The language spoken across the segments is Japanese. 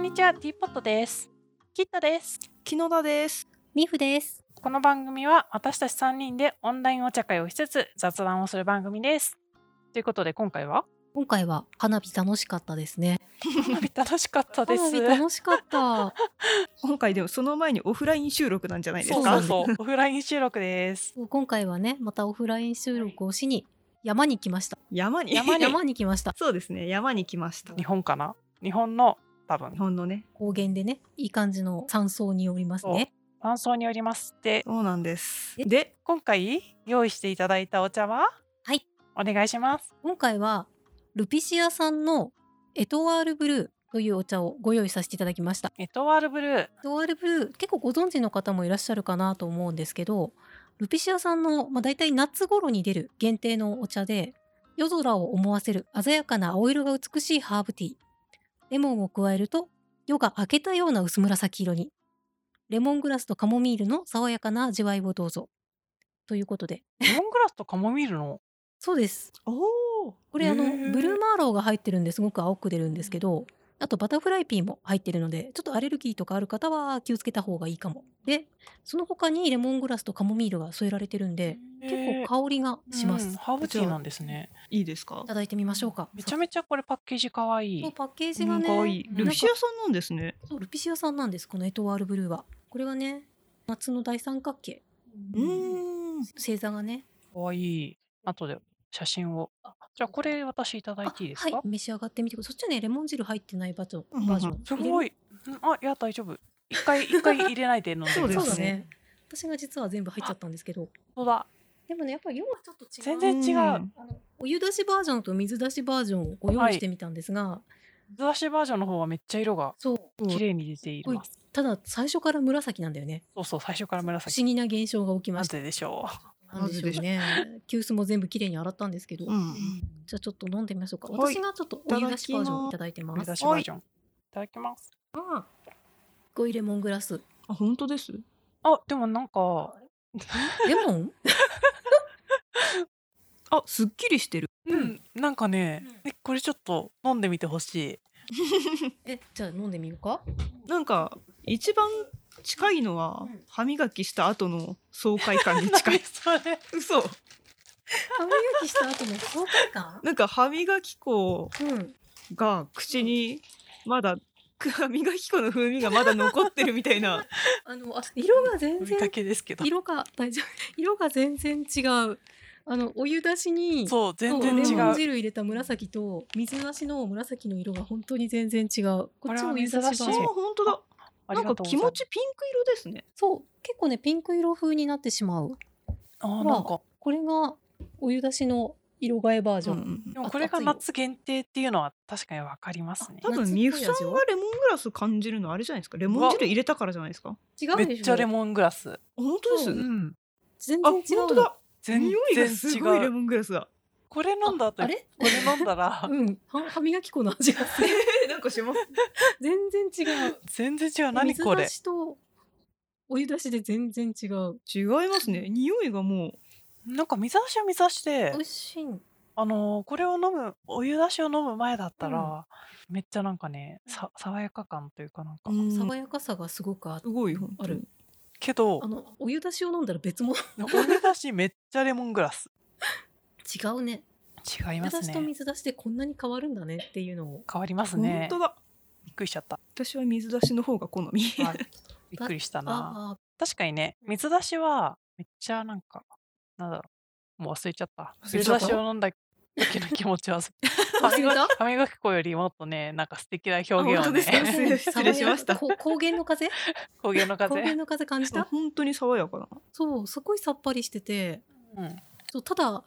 にちは、ティーポットです。キッタです。木野田です。ミフです。この番組は私たち3人でオンラインお茶会をしつつ雑談をする番組です。ということで今回は今回は花火楽しかったですね。花火楽しかったです。花火楽しかった。 今回でもその前にオフライン収録なんじゃないですそうそなかう。そう、オフライン収録です。今回はね、またオフライン収録をしに山に来ました。山に。山に山に来ました。 そうですね。山に来ました。日日本かな日本の多分。本のね。高原でね、いい感じの山荘におりますね。感想によりますって、そうなんです。で、今回用意していただいたお茶ははい。お願いします。今回はルピシアさんのエトワールブルーというお茶をご用意させていただきました。エトワールブルー。エトワールブルー、結構ご存知の方もいらっしゃるかなと思うんですけど、ルピシアさんの、まあ、大体夏頃に出る限定のお茶で、夜空を思わせる鮮やかな青色が美しいハーブティー。レモンを加えると、夜が明けたような薄紫色に。レモングラスとカモミールの爽やかな味わいをどうぞ。ということで。レモングラスとカモミールの。そうです。おお。これあのへーブルーマーローが入ってるんですごく青く出るんですけどあとバタフライピーも入ってるのでちょっとアレルギーとかある方は気をつけた方がいいかもでその他にレモングラスとカモミールが添えられてるんで結構構香りがします、いハーブティーなんですね。いいですか。ただいてみましょうかめちゃめちゃこれパッケージ可愛いそうい。パッケージながんねかいい。なんかルシアさんなんですね。そうルピシアさんなんですこのエトワールブルーはこれはね夏の大三角形うーん。星座がね可愛いい。後で写真を。じゃあこれ私いただいあていいですはか。い召し上がってみてくださいそっちねレモン汁入ってないバージョうんうんうんンバージョンすごいい。うんあいや大丈夫。一回一回入れないで飲んでみます。 そうですそうだねね私が実は全部入っちゃったんですけど本当だ。でもねやっぱり量はちょっと違う全然違ううん。あのお湯出しバージョンと水出しバージョンをご用意してみたんですが、ずらしバージョンの方はめっちゃ色がそう綺麗に出ていうんます。ただ最初から紫なんだよねそうそう最初から不紫。思議な現象が起きなまんしたででしょななんんでででしょしうょうね急須も全部きれいに洗ったんですけど、うじん。ゃあちょっと飲んでみましょうかはい私がちょっとお湯出しバージョンいただいてう。ま目す指しバージョン。いただきます。あごいレモングラスあ、本当です。あでもなんかレモンあ、すっきりしてる。うんなんかねえこれちょっと飲んでみてほしい。えじゃあ飲んでみようかなんか一番近いのはうん歯磨きした後の爽快感に近い 何。それ。嘘。歯磨きした後の爽快感なんか歯磨き粉うんが口にまだく歯磨き粉の風味がまだ残ってるみたい なあのあ色が全見然かけですけど。色が大丈夫色が全然違うあのお湯出しにそう全然そ違うレモンう。汁入れた紫と水なしの紫の色が本当に全然違うここっれちはも珍しい水出しあバージョン本当だありなんかがとうござ気います持ちピンク色ですねそう結構ねピンク色風になってしまうあまあなんかこれがお湯出しの色替えバージョン、でもこれが夏限定っていうのは確かにわかりますね。多分夏っぽいミフさ味んをがレモングラス感じるのあれじゃないですかレモン汁入れたからじゃないですか違うめでっしょちゃレモングラス。本当です、ううん。全あ然違本う当だ全匂いがすごい然違レう。モングラスだこれ飲んだ後あこれれ飲んだらうんは歯磨き粉の味がす るえなんかします全然違う全然違う。何これ水出。しとお湯出しで全然違う違いますね匂いがもなんか水出しは水出しで美、味しいんあのーこれを飲むお湯出しを飲む前だったら、めっちゃなんかねさ爽やか感というかなんか、う、うん爽やかさがすごくあっすてごい本当にあるけどあのお湯出しを飲んだら別物お湯出しめっちゃレモングラス。違うね違います水出しとね。水出しでこんなに変わるんだねっていうのを変わります本ね当。だびっくりしちゃった。私は水出しの方が好みあびっくりしたな。あ確かにね水出しはめっちゃなんかなんだろうもう忘れちゃった忘れ水ちゃ出っしたを飲んだ時の気持ちは あ忘れた歯磨き粉よりもっとねなんか素敵な表現を本当ですね か 失礼しました爽やかこ高原の風高原の高原風、の風感じた本当に爽やかなそうすごいさっぱりしててうん、そうただ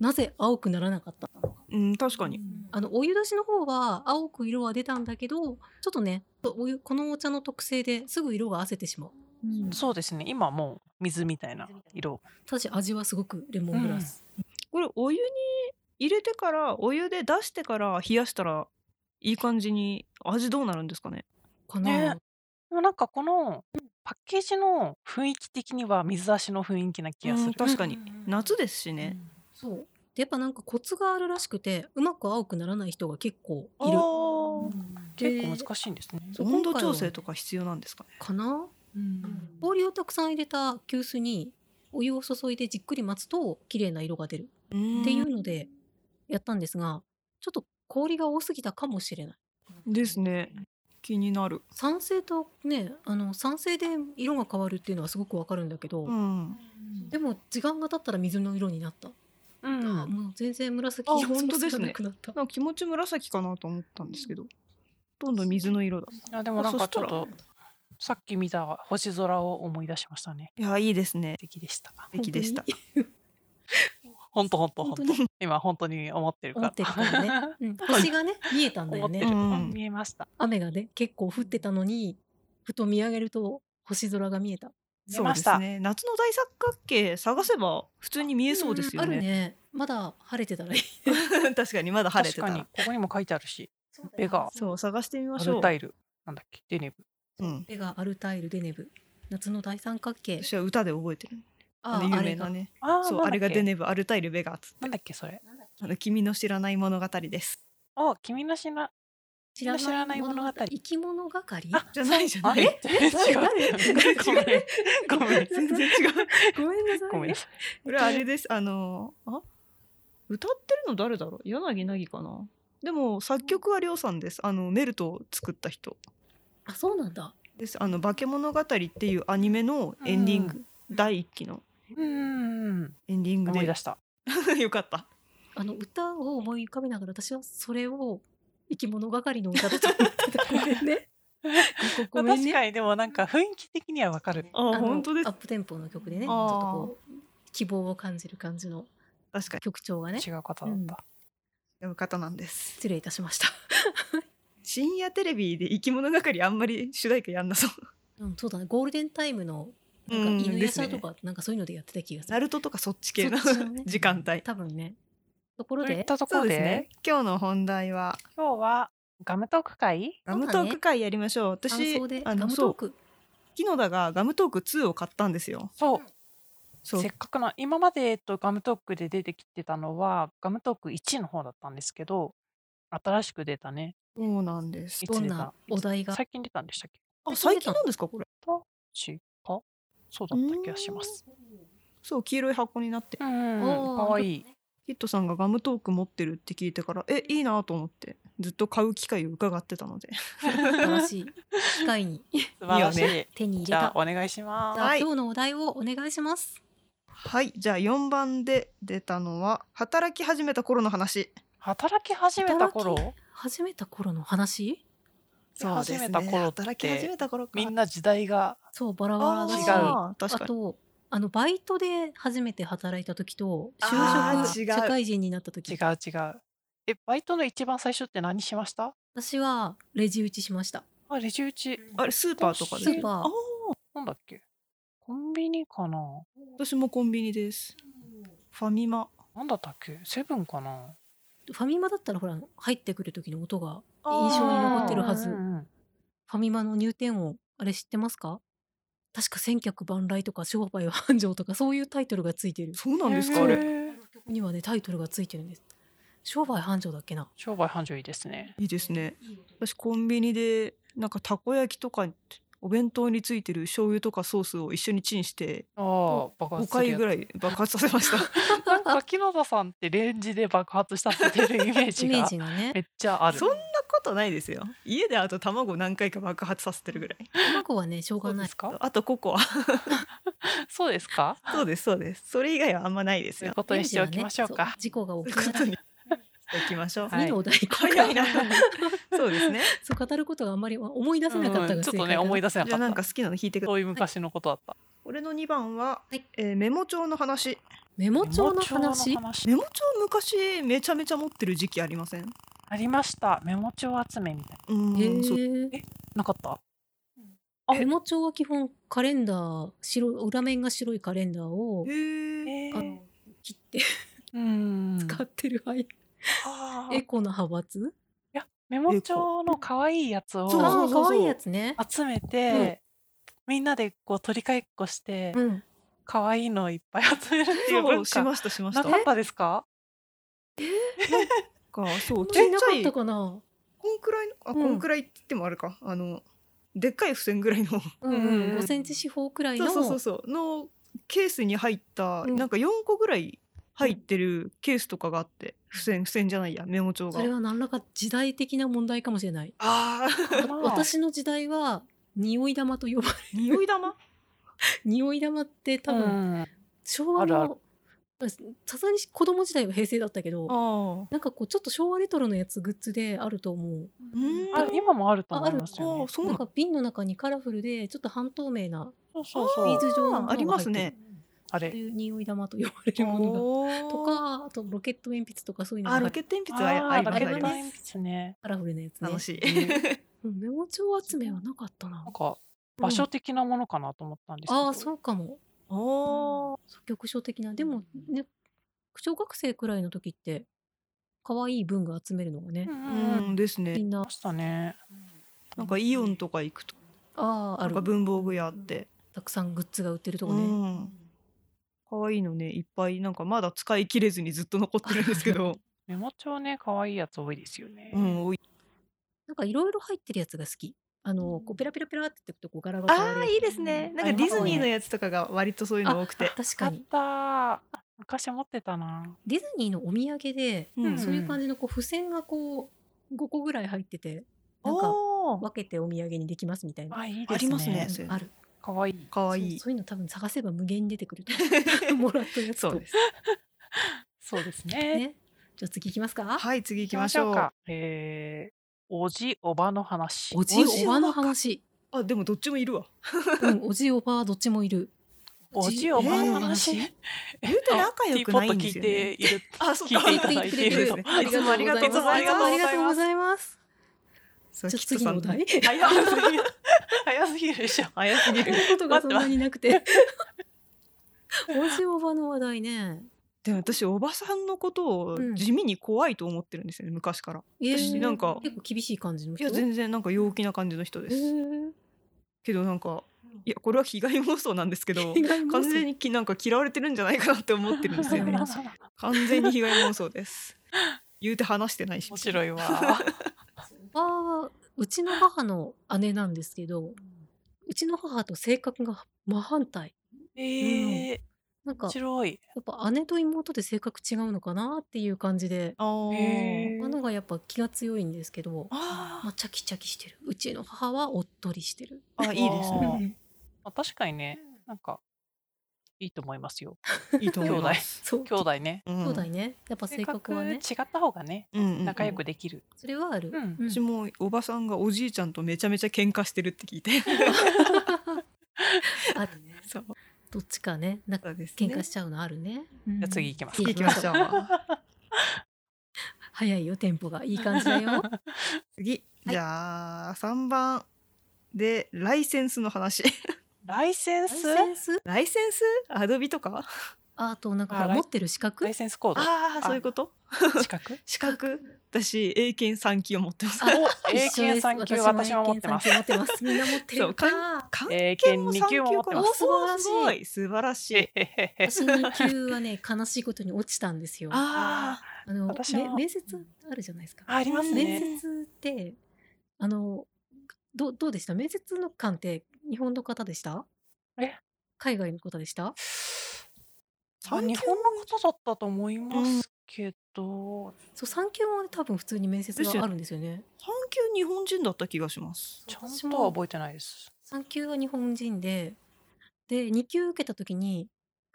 なぜ青くならなかったうん確かにあのお湯出しの方は青く色は出たんだけどちょっとねお湯このお茶の特性ですぐ色が褪せてしまう、うんたそうですね今もう水みたいな色だし味はすごくレモングラス、これお湯に入れてからお湯で出してから冷やしたらいい感じに味どうなるんですかねかな、ねでもなんかこのパッケージの雰囲気的には水出しの雰囲気な気がする、うん確かにうんうんうん夏ですしね、そうってやっぱなんかコツがあるらしくてうまく青くならない人が結構いるあ結構で難しいんですね。そーう温度調整とか必要なんですかねかなうん氷をたくさん入れた急須にお湯を注いでじっくり待つと綺麗な色が出るっていうのでやったんですがちょっと氷が多すぎたかもしれないですね気になる酸性とねあの酸性で色が変わるっていうのはすごくわかるんだけど、うんでも時間が経ったら水の色になった、うんもう全然紫あ色本当つですかねなくなった、なんか気持ち紫かなと思ったんですけどどんどん水の色だいやでもなんかちょっあとそしさっき見た星空を思い出しましたね。いやいいですね素敵でした。素敵でした本本当本当本本当当。に今本当に思ってるか思ら。ってるからね、うん、星がね見えたんだ 思よってねる。うん見えました。雨がね結構降ってたのにふと見上げると星空が見えた見えそうまでしすた。ね夏の大三角形探せば普通に見えそうですよあるね,、ねまだ晴れてたらいい 確かにまだ晴れ確てかたにらここにも書いてあるし、ベガそう探してみまアしょルうタイルなんだっけデネブ。うん、ベガアルタイルデネブ夏の大三角形私は歌で覚えてるああの有名なあれがねあそうあれがデネネブアルタイルベガーツなんだっけそれ。あの君の知らない物語ですお君の知ら知知らない物語生き物係あじゃないじゃあないれ全然違う。ごめんごめん全然違うごめんなさいごめんなさい。これあれですあのあ歌ってるの誰だろう柳凪かなでも作曲はりょうさんですあのメルトを作った人あそうなんだですあの「化け物語」っていうアニメのエンディング、第1期のうん。エンディング思いで出した。 よかったあの歌を思い浮かべながら私はそれを生き物係の歌だと思ってたごめんねごめん確ねかにでもなんか雰囲気的にはわかる。ああの本当ですアップテンポの曲でねちあょっーとこう希望を感じる感じの確か曲調がね違う方だった。に違う方なんです失礼いたしました、深夜テレビで生き物係あんまり主題歌やんなそううん、そうだねゴールデンタイムのなんうんか犬でやすさねとか、なんかそういうのでやってた気がすナるルトとかそっち系のそっちのね 時間帯多分ねところといでったとこそろうでですね今日の本題は今日はガムトーク会ガムトーク会やりましょう感私想であガのムそトーうク木野田がガムトーク2を買ったんですよそうそうせっかくの今まで、えっと、ガムトークで出てきてたのはガムトーク1の方だったんですけど新しく出たねそうなんですいつどん出なたお題が最近出たんでしたっけあ最近なんですかこれ違かそうだった気がしますそう黄色い箱になってうんおーかわいいヒットさんがガムトーク持ってるって聞いてからえいいなと思ってずっと買う機会を伺ってたので 新しい機会に素晴らしいいいよ手に入じれゃあたお願いしますじゃはあい今日のお題をお願いしますはいじゃあ4番で出たのは働き始めた頃の話働き始めた頃始めた頃の話そうですね始めた頃って働き始めた頃かみんな時代がそうバラバラあだしあー確かにとあのバイトで初めて働いた時とあ就ー職違う社会人になった時違う違うえバイトの一番最初って何しました私はレジ打ちしましたあレジ打ちあれスーパーとかでスーパーあーなんだっけコンビニかな私もコンビニですファミマなんだったっけセブンかなファミマだったらほら入ってくる時の音が印象に残ってるはずうんうんうんファミマの入店音あれ知ってますか確か千客万来とか商売は繁盛とかそういうタイトルがついてるそうなんですへーかあれ曲にはねタイトルがついてるんです商売繁盛だっけな商売繁盛いいですね。いいですね私コンビニでなんかたこ焼きとかお弁当についてる醤油とかソースを一緒にチンしてああ、爆5発する回やつ。ぐらい爆発させましたなんか木野田さんってレンジで爆発させてるイメーイジメーがジがねめっちゃある。そんなことないです よ家であと卵何回か爆発させてるぐらい卵はねしょうそがうなでいすか？あとココアそうですか？そうですそうですそれ以外はあんまないですそういようことレにンしジてはおねきましょうそか。事故がとい起うきなこらとにしておきましょうはい次のお題行こうか早いな そうですねそう語ることがあんまり思い出せなかったうがんちょっとね思い出出せなじゃか あなんっかた。好きなの弾いてくださいそういう昔のことだった。俺の2番は、はいえーメモ帳の話メモ帳の話メモ帳メモ帳昔めちゃめちゃ持ってる時期ありませんありました。メモ帳集めみたいへへーそうーな。なかった？あメモ帳は基本カレンダー白い裏面が白いカレンダーをへーえあー、切ってうん。使ってる、はいあーエコな派閥メモ帳の可愛いやつをそうそうああ可愛いやつね集めて、みんなでこう取り替えっこして。うん可愛いのをいっぱい集めるっていうそ文うし化ましたしましなたかったですか？かそうちちっいなちかゃっいたかな。こんくらいのあ、うんこんくらいって言ってもあるかあのでっかい付箋ぐらいのうんうんうん、うん5センチ四方くらいそのうそうそうそうのケースに入った、うんなんか4個ぐらい入ってるケースとかがあって付箋付箋じゃないやメモ帳そがれは何らか時代的な問題かもしれない。あーまあ私の時代は匂い玉と呼ばれる匂い 玉匂い玉って多分うん昭和あるのさすがに子供時代は平成だったけどあなんかこうちょっと昭和レトロのやつグッズであると思ううんあ今もあるとあ思いますよあねあ。そうななんのか瓶の中にカラフルでちょっと半透明なそうそうビそーう。ズ状のものが入ってるありますねあってれ。いう匂い玉と呼ばれるものがととかあとロケット鉛筆とかそういうのがあ入ロってケるット鉛筆はああありー、ますあありれますですね。カラフルなやつね楽しい、 うんメモ帳集めはなかったななんか場所的なものかなと思ったんですけど。ああそうかもおー局所的なでもね小学生くらいの時って可愛い文具集めるのがねう、んううんうん。んですみねんなましたね。なんかイオンとか行くとあああなんかる文房具屋あってたくさんグッズが売ってるとうこね、ん可愛いのねいっぱいなんかまだ使い切れずにずっと残ってるんですけ どメモ帳ね、可愛いやつ多いですよね。うん多いなんかいろいろ入ってるやつが好きあのこうペラペラペラってやってこう柄が変わあるあいいですねなんあかりデまィすズねニーのやつとかが割とそういうの多くて確買かっにたー。昔持ってたな。ディズニーのお土産で、うんそういう感じのこう付箋がこう5個ぐらい入っててなんかおー分けてお土産にできますみたいなあ、いいですね。ありますねうんある可愛い。可愛いそうそういうの多分探せば無限に出てくる もらったやつとそうですそうですね。ねじゃあ次いきますかはい次行行ききままししょょううか。えー、おじおばの話。おじおじおおばばのか話あでもどっちもいるわうん、おじおばどっちもいる。おじおばの話。言うて仲良くないんですよねティーポッド聞いている。あそう聞かいていただいていると。聞いていただあいりてがとうございます。いつもありがとうございますいつもありがとうございます。そうじゃあキット次さんのお題。早すぎる。早すぎるでしょ。早すぎ やるることがそんなになくて。おじおばの話題ね。でも私おばさんのことをうん地味に怖いと思ってるんですよね昔からえーなんか結構厳しい感じのい人。や全然なんか陽気な感じの人です、然。けどなんかいやこれは 被害妄想なんですけど意外に完全にきなんか嫌われてるんじゃないかなって思ってるんですよ ね完全に被害妄想 です言うて話してないし面白い わ。あーうちの母の姉なんですけど、うちの母と性格が真反対。ええなんか面白い。やっぱ姉と妹で性格違うのかなっていう感じで、あー、へーあのがやっぱ気が強いんですけど。あまあ、チャキチャキしてるうちの母はおっとりしてるーあいいです ねあーまあ確かにね、なんかいいと思いますよ。いいと思いますそう兄弟ね。兄兄弟ねやっぱ性格はね性格違った方がね、うんうんうん仲良くできる。それはある、うんうん私もおばさんがおじいちゃんとめちゃめちゃ喧嘩してるって聞いて あるねそうどっちかねなんかそうですね喧嘩しちゃうのあるねじゃあ次行きます。次行きましょう早いよテンポがいい感じだよ次、はいじゃあ3番でライセンスの話 ライセンライスセンスライセンスアドビとかあとなんかあほラらイ持ってる資格ライセンスコードああそういうこと資格資格私英検3級を持ってますあお英検三級私も持ってます英検三級持ってますみんな持ってるのそうか関英係検も2級も持ってまおす。ーすおー素晴ごらしい素晴らしえいへへへ私2級はね悲しいことに落ちたんですよああの私めも面接あるじゃないですかありますね。面接ってあのどうどうでした面接の官って日本の方でしたえ海外の方でしたあ産日休本の方だったと思いますけど、そう産休もね多分普通に面接があるんですよねあ3級日本人だった気がしますちゃ私んとはも覚えてない です。産休は日本人でで2級受けた時に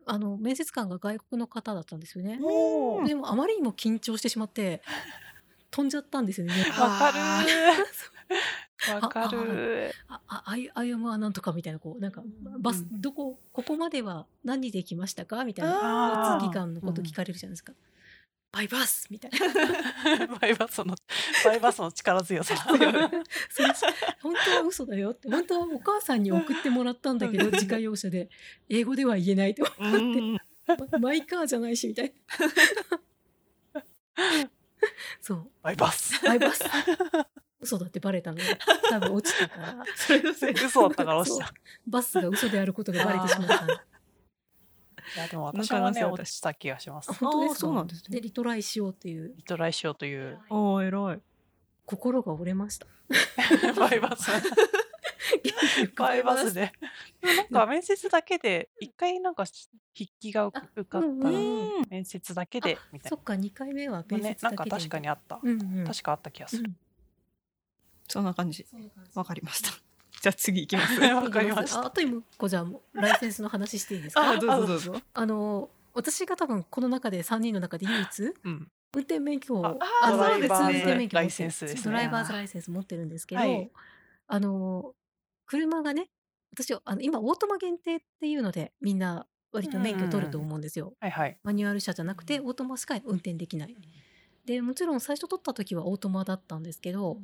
あの面接官が外国の方だったんですよねおでもあまりにも緊張してしまって飛んじゃったんですよねあわかるあー。 わかるああアイアイアムはなんとかみたいなこうなんかバス、うどこここまでは何で来ましたかみたいあなー交通機関のこと聞かれるじゃないですか。バイバスみたいな。ー。 バイバスのバイバスの力強さ。それ本当は嘘だよって。本当はお母さんに送ってもらったんだけど、うん自家用車で。英語では言 えないと。うんマイカーじゃないしみたいな。そう。バイバス。バイバス。嘘だってバレたので、多分落ちたから。 それのせい嘘だったから落ちそた。バスが嘘であることがバレてしまったの。いや、でもの私可は能性ね、は落ちた気がします。本当ですかそうなんですねでリトライしようっていうリトライしようという。 あー偉い心が折れました。バイバス。バイバスで。でもなんか面接だけで、一回なんか筆記があ受かっうんたうらん、面接だけあで、みたいそっか2回目はな。面接だねけ、でなんか確かにあった。うんうん確かあった気がする。そんな感じわかりました じゃあ次行きま すわかりましたああと今個じゃあもうライセンスの話していいですかあどうぞどうぞあの私が多分この中で3人の中で唯一うん。運転免許をああそうですね普通運転免許持ってるライセンスですねドライバーズライセンス持ってるんですけど、はいあの車がね私あの今オートマ限定っていうのでみんな割と免許取ると思うんですよ、はいはい。マニュアル車じゃなくてオートマしか運転できないでもちろん最初取った時はオートマだったんですけど、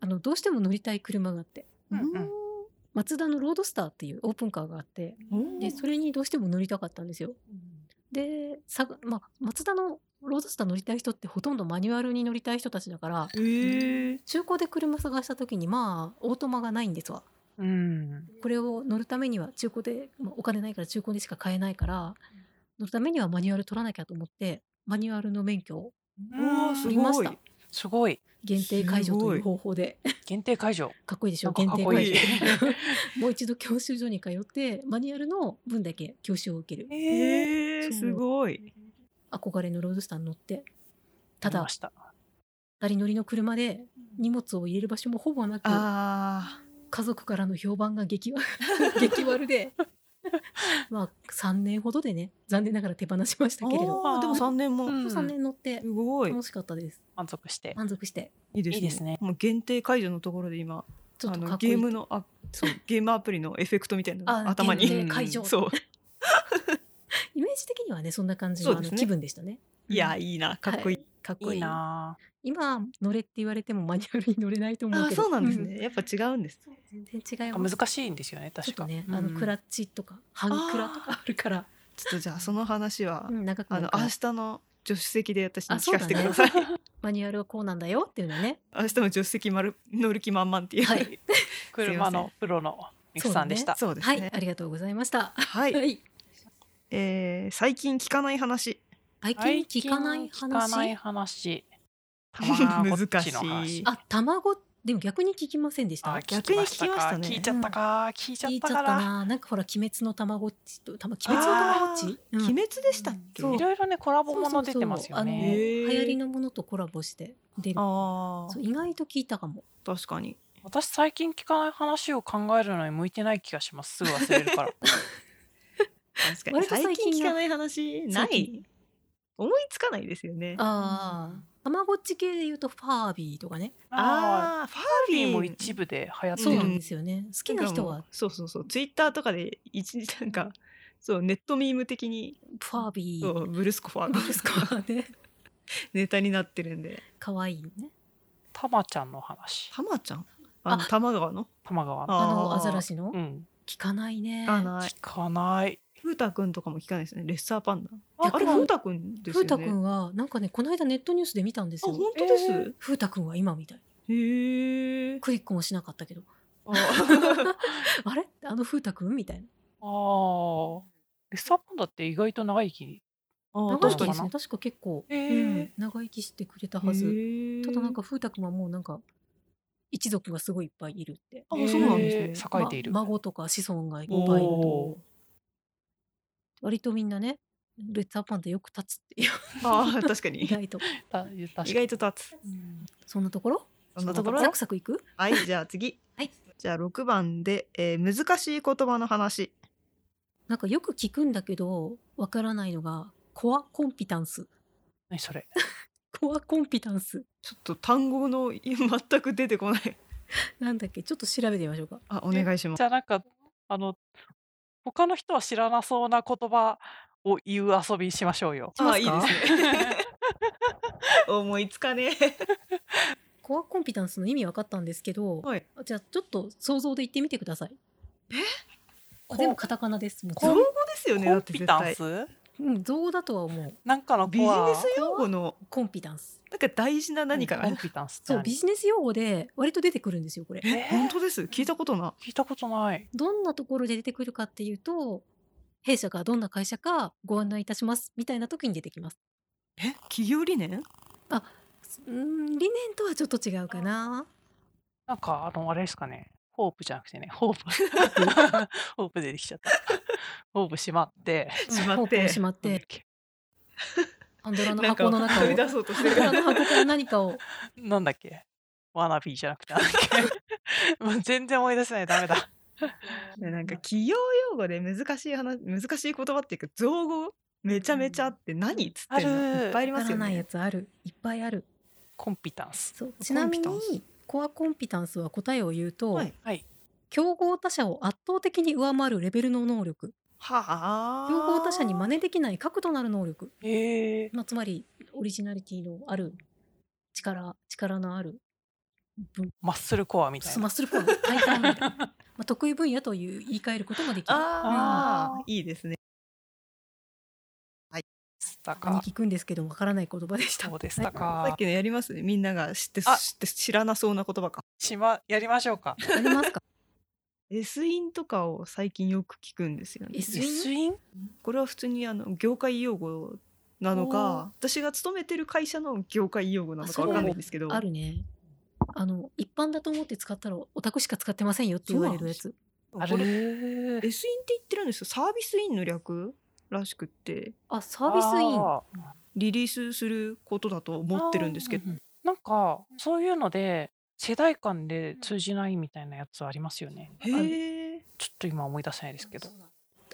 あのどうしても乗りたい車があってうんうんマツダのロードスターっていうオープンカーがあってうんでそれにどうしても乗りたかったんですよ。でさ、まあ、マツダのロードスター乗りたい人ってほとんどマニュアルに乗りたい人たちだからえー中古で車探した時にまあオートマがないんですわ。うん。これを乗るためには中古で、まあお金ないから中古でしか買えないから乗るためにはマニュアル取らなきゃと思ってマニュアルの免許をうわーす取りましごいた。すごい。限定解除という方法で限定解除。 かっこいいでしなょんか限かっ定こい解い 除。もう一度教習所に通ってマニュアルの分だけ教習を受けるええ。えそうー、すごい。憧れのロードスターに乗ってた見だました。二人乗りの車で荷物を入れる場所もほぼなくあ家族からの評判が 激悪激悪でまあ3年ほどでね残念ながら手放しましたあ、けれどあーでも三年も、うん3年乗ってすごい。楽しかったです満足して。満足していいですいね。いですねもう限定解除のところで今、ちょっあとかのっこいいゲームのあ、 そうゲームアプリのエフェクトみたいなのあが頭ゲームに。限定会場ム そう。イメージ的にはねそんな感じその、うあですのね気分でしたねいやいいな、かっこいい。かっこいいいいなぁ。今乗れって言われてもマニュアルに乗れないと思うあけどそうなんですね、やっぱ違うんです。うん全然違いなまんすか難しいんですよね、ちょ確っとか。ね、うんあのクラッチとか半クラとかあるから、ちょっとじゃあその話は、うん長くなあるのから明日の助手席で私にあそ聞うかだせねてください。 マニュアルはこうなんだよっていうのはね明日の助手席丸乗る気満々っていう。はい車のプロのミクさんでした。 そうですはね。いありがとうございましたはい。はいえー最近聞かない話。最近聞かな最い近聞か話ない 話。たまごっちの難し話い。あ卵でも逆に聞きませんでしあた逆に聞きましたか逆に聞聞いきましたねちゃったか、聞いちゃっ聞いちゃたったかな。ななんかほら鬼滅の卵っちとたま鬼滅の卵っち、うん鬼滅でしたっけ？そういろいろねコラボもの出てますよそうそうね。そうあのへー流行りのものとコラボして出るあそう意外と聞いたかもあ、確かに。私最近聞かない話を考えるのに向いてない気がします。すぐ忘れるから。確かに割と最最近近な聞かない話な最い思いつかないですよねああたまごっち系で言うとファービーとかねああ、 あーファファービーも部一部で流行っそてるうなうんんですよね好きな人はそうそうそうツイッターとかで一時なんかそうネットミーム的にファービそーうブルスコファーブがルスコア ね ネタになってるんで可愛いねたまちゃんの話。たまちゃんあのあ多摩川の玉川の。あーあのアザラシの、うん。聞かないね聞かない聞かない。ふうたくんとかも聞かないですねレッサーパンダああれふうたくんですよふうねたくんはなんかねこの間ネットニュースで見たんですあよ本当です、ふうたくんは今みたいへえクリックもしなかったけどあれあのふうたくんみたいなああ。レッサーパンダって意外と長生き。あ長どう生なきので確すかね確か結構、へうーん長生きしてくれたはず、にただなんかか風太くんはもうなんか一族がすごいいっぱいいるってあそうなんですねへー栄えている。ま孫とか子孫がいっぱいいるおとー割とみんなねレッサーパンダよく立つっていうあー確かに意外とた確意かに外と立つそんなところそんなところザクザクいく はい、じゃあ次。はい。じゃあ6番で、えー難しい言葉の話。なんかよく聞くんだけどわからないのがコアコンピタンス 何それ。コアコンピタンスちょっと単語のい全く出てこない。なんだっけちょっと調べてみましょうかあ、お願いします。じゃあなんかあの他の人は知らなそうな言葉を言う遊びしましょうよ。あ、しいいまですすかね。 思いつかねえ。コアコンピタンスの意味わかったんですけど、はい。じゃあちょっと想像で言ってみてくださいあでもカタカナですも造う語ですよね。コだンってピ絶タン対。スうん造語だとは思うなんかのビジコアネス用語のコンピタンスなんか大事な何かがコあるン。ピタンスってそう何ビジネス用語で割と出てくるんですよこれえー本当です。聞いたことな聞いたことない。どんなところで出てくるかっていうと弊社がどんな会社かご案内いたしますみたいな時に出てきます。え企業理念うーん理念とはちょっと違うかな。なんか、あの、あれですかね。ホープじゃなくてね、ホープ。ホープ出てきちゃった。ホープ閉まって。し まホっープをてしまっなんだてっけハンドラのなんか箱の中を取りハ出そうとしンてドるラの箱から何かをなんだっけワナビーじゃなくてなんだっけもう全然思い出せないダメだねなんか企業用語で難しい話難しい言葉っていうか造語めちゃめちゃあって何っつってんのあるいっぱいありわますからよないやね。つあるいっぱいある。コンピタンスそうンちなみピタンスにコアコンピタンスは答えを言うと、はいはい競合他社を圧倒的に上回るレベルの能力はあ。競合他社に真似できない核となる能力、へえまあ、つまりオリジナリティのある力力のある分マッスルコアみたいマなッスルコアの体感みたいな、まあ、得意分野という言い換えることもできある。うあんいいですね。でした兄か貴くんですけどわからない言葉でしたそ。うでしたさかっきのやりますねみんなが知ってあ知って知らなそうな言葉か。しまやりましょうかありますか S インとかを最近よく聞くんですよね。 S スインこれは普通にあの業界用語なのか私が勤めてる会社の業界用語なのかわかんないんですけどあるね。あの一般だと思って使ったらオタクしか使ってませんよって言われるやつ。あこれる S インって言ってるんですよサービスインの略らしくってあサービスイン。あーリリースすることだと思ってるんですけどううなんかそういうので世代間で通じないみたいなやつありますよねへえちょっと今思い出せないですけど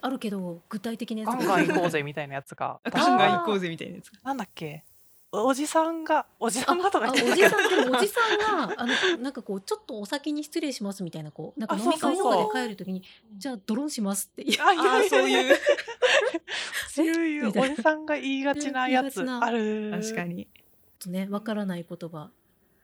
あるけど具体的なやつガがンガン行こうぜみたいなやつ がガンガン行こうぜみたいなやつなんだっけおじさんがおじさんがとかあお言ってたけどじさんでもおじさんがあのなんかこうちょっとお先に失礼しますみたいなこうなんかあ飲み会とそうそうかそうで帰るときにじゃあドロンしますって言 あいあやあそういうそういうみたおいなじさんが言いがちなやつ言いがちなある確かにうとねわからない言葉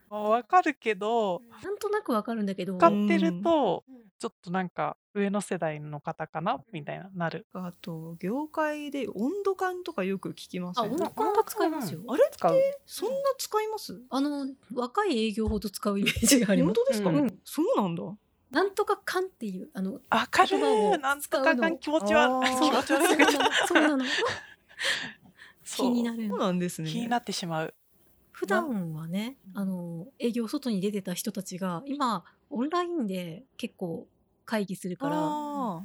まあわかるけどなんとなくわかるんだけど使ってるとちょっとなんか上の世代の方かなみたいななるあと業界で温度感とかよく聞きますあよ温ね度感は使いますよあれっ使うてそんな使いますあの若い営業ほど使うイメージがありま本す当ですかうんそうなんだなんとか感っていうあのあかる言葉をなんとか使うかのん気持ちはあー気そう持ちそう悪ないけ のどそうなのそう気になるそうなんですね気になってしまう普段はねあの営業外に出てた人たちが今オンラインで結構会議するからあ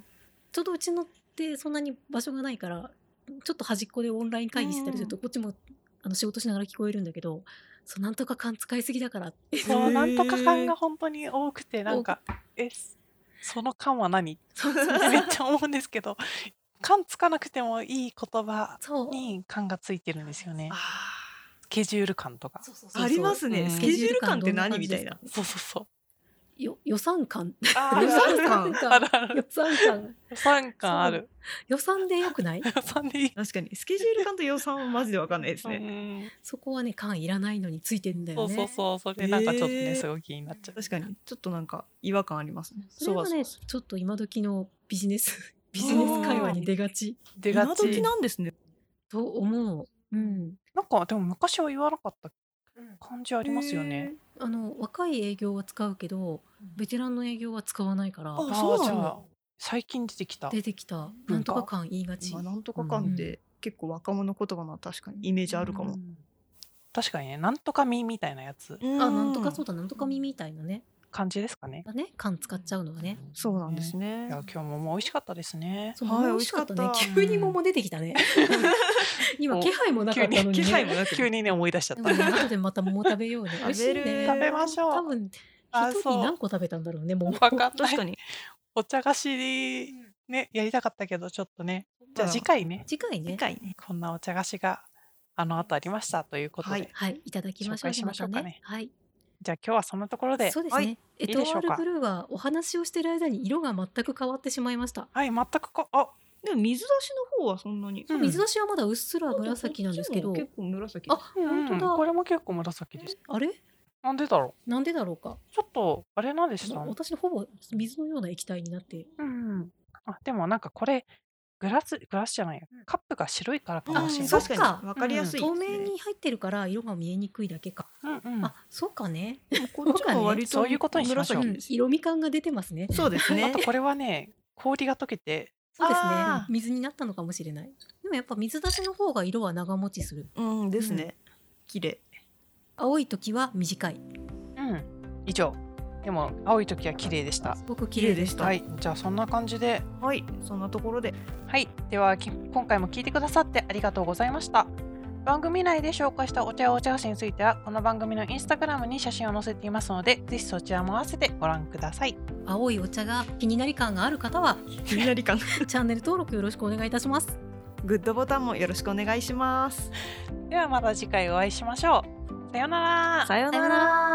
ちょうどうちのってそんなに場所がないからちょっと端っこでオンライン会議してたりすると、こっちもあの仕事しながら聞こえるんだけどそうなんとか感使いすぎだからそへうーなんとか感が本当に多くてなんかえその感は何めっちゃ思うんですけど感つかなくてもいい言葉そうに感がついてるんですよねあスケジュール感とかそうそうそうそうありますうねんスケジュール感って何スケみジュたーいなル感どん感ですかそうそうそうよ予算感あー予算 予算 あるあ感る予算感予算感ある予算でよくない予算でいい確かにスケジュール感と予算はマジでわかんないですねそこはね感いらないのについてんだそようねそうそうそれなんかちょっとね、えーすごい気になっちゃう確かにちょっとなんか違和感ありますね。それはねそちょっと今時のビジネスビジネス会話に出がち出今がち時なんですね。と思う、うん、なんかでも昔は言わなかった感じあありますよね、。あの若い営業は使うけどベテランの営業は使わないからああそうあなのじゃあ最近出てきた出てきた文化なんとか感言いがちまあ、なんとか感って結構若者言葉の確かにイメージあるかもう。ん確かにねなんとかみみたいなやつうあなんとかそうう。だなんとかみみたいなね感じですかねだね感使っちゃうのはねそうなんですいねや。今日ももう美味しかったですねそうはい桃美味しかったね美味しかった急に桃出てきたね今気配もなか急ったのに 気にね配ももななくく急にね思い出しちゃっでたもね後でまた桃食べようね美味しい食べねる食べましょう多分 あ一そ人う何個食べたんだろうね桃わかんな確かいに。お茶菓子ねやりたかったけどちょっとねじゃあ次回ね次回ね次回ね。こんなお茶菓子があの後ありましたということで、はいはいいただきましょ紹う介しましょうかねはいじゃあ今日はそんなところでそうですはね、エいいでトワしょうーかルブルーはお話をしてる間に色が全く変わってしまいましたはい全くこあでも水出しの方はそんなに。うん水出しはまだうっすら紫なんですけど結構紫。あ本当だこれも結構紫です。あれなんでだろなんでだろうかう。ちょっとあれなんでした。私のほぼ水のような液体になってうん。あでもなんかこれグラスグラスじゃないやカップが白いからかもしれあない。確かにわかりやすいですね。透明に入ってるから色が見えにくいだけか、うんうん。あそうかね、こっちも割とそういうことにしましょう紫うんですよ。色み感が出てますねそうですあねと。これはね氷が溶けてそうですねあー水になったのかもしれないでもやっぱ水出しの方が色は長持ちするうんですね。綺麗。青い時は短いうん以上でも青い時は綺麗でしたすごく綺麗でしたはいじゃあそんな感じではい、そんなところで。はい、ではき今回も聞いてくださってありがとうございました。番組内で紹介したお茶やお茶菓子については、この番組のインスタグラムに写真を載せていますので、ぜひそちらも合わせてご覧ください。青いお茶が気になり感がある方は気になり感。チャンネル登録よろしくお願いいたします グッドボタンもよろしくお願いします。ではまた次回お会いしましょう。さようなら。よさような